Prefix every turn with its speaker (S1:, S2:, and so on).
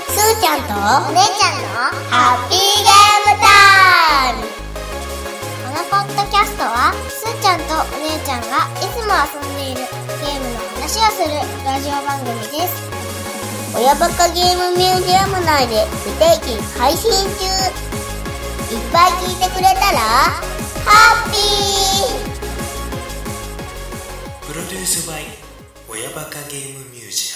S1: とお姉ちゃんのハッピーゲームタイムこのポッドキャストはすーちゃんとお姉ちゃんがいつも遊んでいるゲームの話をするラジオ番組です
S2: 親バカゲームミュージアム内で不定期配信中いっぱい聞いてくれたらハッピー
S3: プロデュースバイ親バカゲームミュージアム